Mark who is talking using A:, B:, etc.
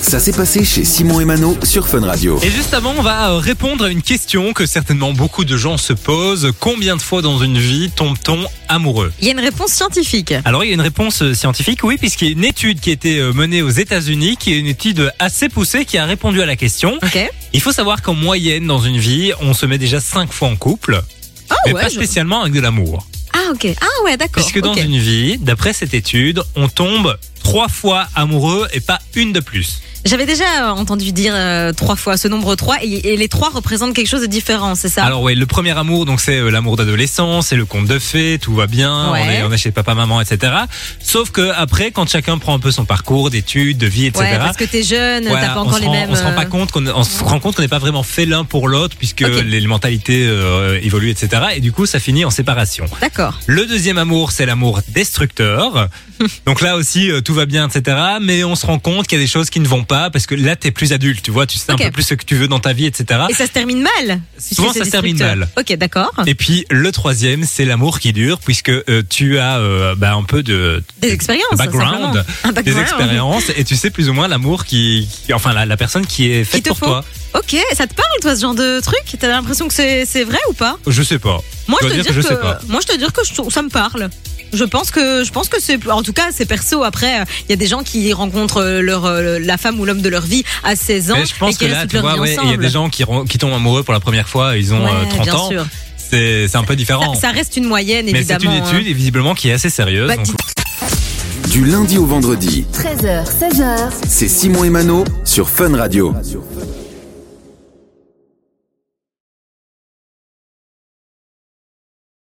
A: Ça s'est passé chez Simon et Mano sur Fun Radio.
B: Et juste avant, on va euh, répondre à une question que certainement beaucoup de gens se posent. Combien de fois dans une vie tombe-t-on amoureux
C: Il y a une réponse scientifique.
B: Alors, il y a une réponse euh, scientifique, oui, puisqu'il y a une étude qui a été euh, menée aux États-Unis, qui est une étude assez poussée, qui a répondu à la question.
C: Ok.
B: Il faut savoir qu'en moyenne, dans une vie, on se met déjà 5 fois en couple,
C: Ah
B: mais
C: ouais.
B: pas
C: je-
B: spécialement avec de l'amour.
C: Ah ok. Ah ouais, d'accord.
B: Puisque dans
C: ok.
B: une vie, d'après cette étude, on tombe 3 fois amoureux et pas une de plus.
C: J'avais déjà euh, entendu dire euh, trois fois ce nombre trois et, et les trois représentent quelque chose de différent, c'est ça
B: Alors ouais, le premier amour, donc c'est euh, l'amour d'adolescence, c'est le conte de fées, tout va bien, on,
C: Ouais.
B: est, on est chez papa, maman, etc. Sauf que après, quand chacun prend un peu son parcours d'études, de vie, etc.
C: Ouais, parce que t'es jeune,
B: voilà,
C: t'as pas
B: on,
C: encore
B: se
C: les
B: rend,
C: mêmes.
B: on se rend pas
C: euh,
B: compte qu'on on se rend compte qu'on n'est pas vraiment fait l'un pour l'autre puisque
C: Ok.
B: les mentalités euh, évoluent etc et du coup ça finit en séparation.
C: D'accord.
B: Le deuxième amour c'est l'amour destructeur donc là aussi euh, tout va bien etc mais on se rend compte qu'il y a des choses qui ne vont pas parce que là t'es plus adulte tu vois tu sais
C: Ok.
B: un peu plus ce que tu veux dans ta vie etc
C: Et ça se termine mal. puisque
B: Souvent,
C: c'est
B: ça se termine
C: destructeur.
B: mal.
C: Ok, d'accord.
B: Et puis le troisième, c'est l'amour qui dure, puisque euh, tu as euh, bah, un peu de,
C: Des expériences.
B: de background,
C: simplement. Un background.
B: des expériences, et tu sais plus ou moins l'amour qui, qui- enfin la, la personne qui est faite
C: te
B: pour
C: faut.
B: toi.
C: Ok, ça te parle toi ce genre de truc T'as l'impression que c'est c'est vrai ou pas
B: Je sais pas.
C: Moi,
B: Je
C: je
B: dois dire
C: te dire
B: que je
C: que,
B: sais pas.
C: moi, je te dire que je trouve- ça me parle. Je pense que je pense que c'est en tout cas c'est perso. Après, euh, il y a des gens qui rencontrent euh, leur euh, la femme ou l'homme de leur vie à 16 ans
B: Mais je pense que
C: et qui restent
B: là,
C: toute
B: tu
C: leur
B: vois,
C: vie
B: ouais, il y a
C: ensemble.
B: des gens qui, ron- qui tombent amoureux pour la première fois, ils ont
C: Ouais,
B: euh, 30
C: bien
B: ans.
C: sûr.
B: C'est c'est un peu
C: Ça,
B: différent.
C: ça reste une moyenne
B: mais c'est une
C: évidemment. hein.
B: étude, et visiblement, qui est assez sérieuse.
C: Bah,
B: donc-
A: Du lundi au vendredi,
D: 13h, 16h,
A: c'est Simon et Mano sur Fun Radio.